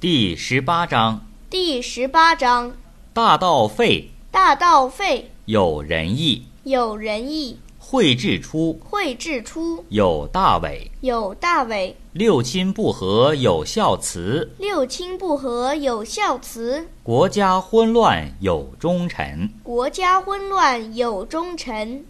第十八章：第十八章：大道废，大道废，有仁义；有仁义，惠智出，惠智出，有大伪；有大伪，六亲不和，有孝慈；六亲不和，有孝慈，国家昏乱，有忠臣。国家昏乱有忠臣。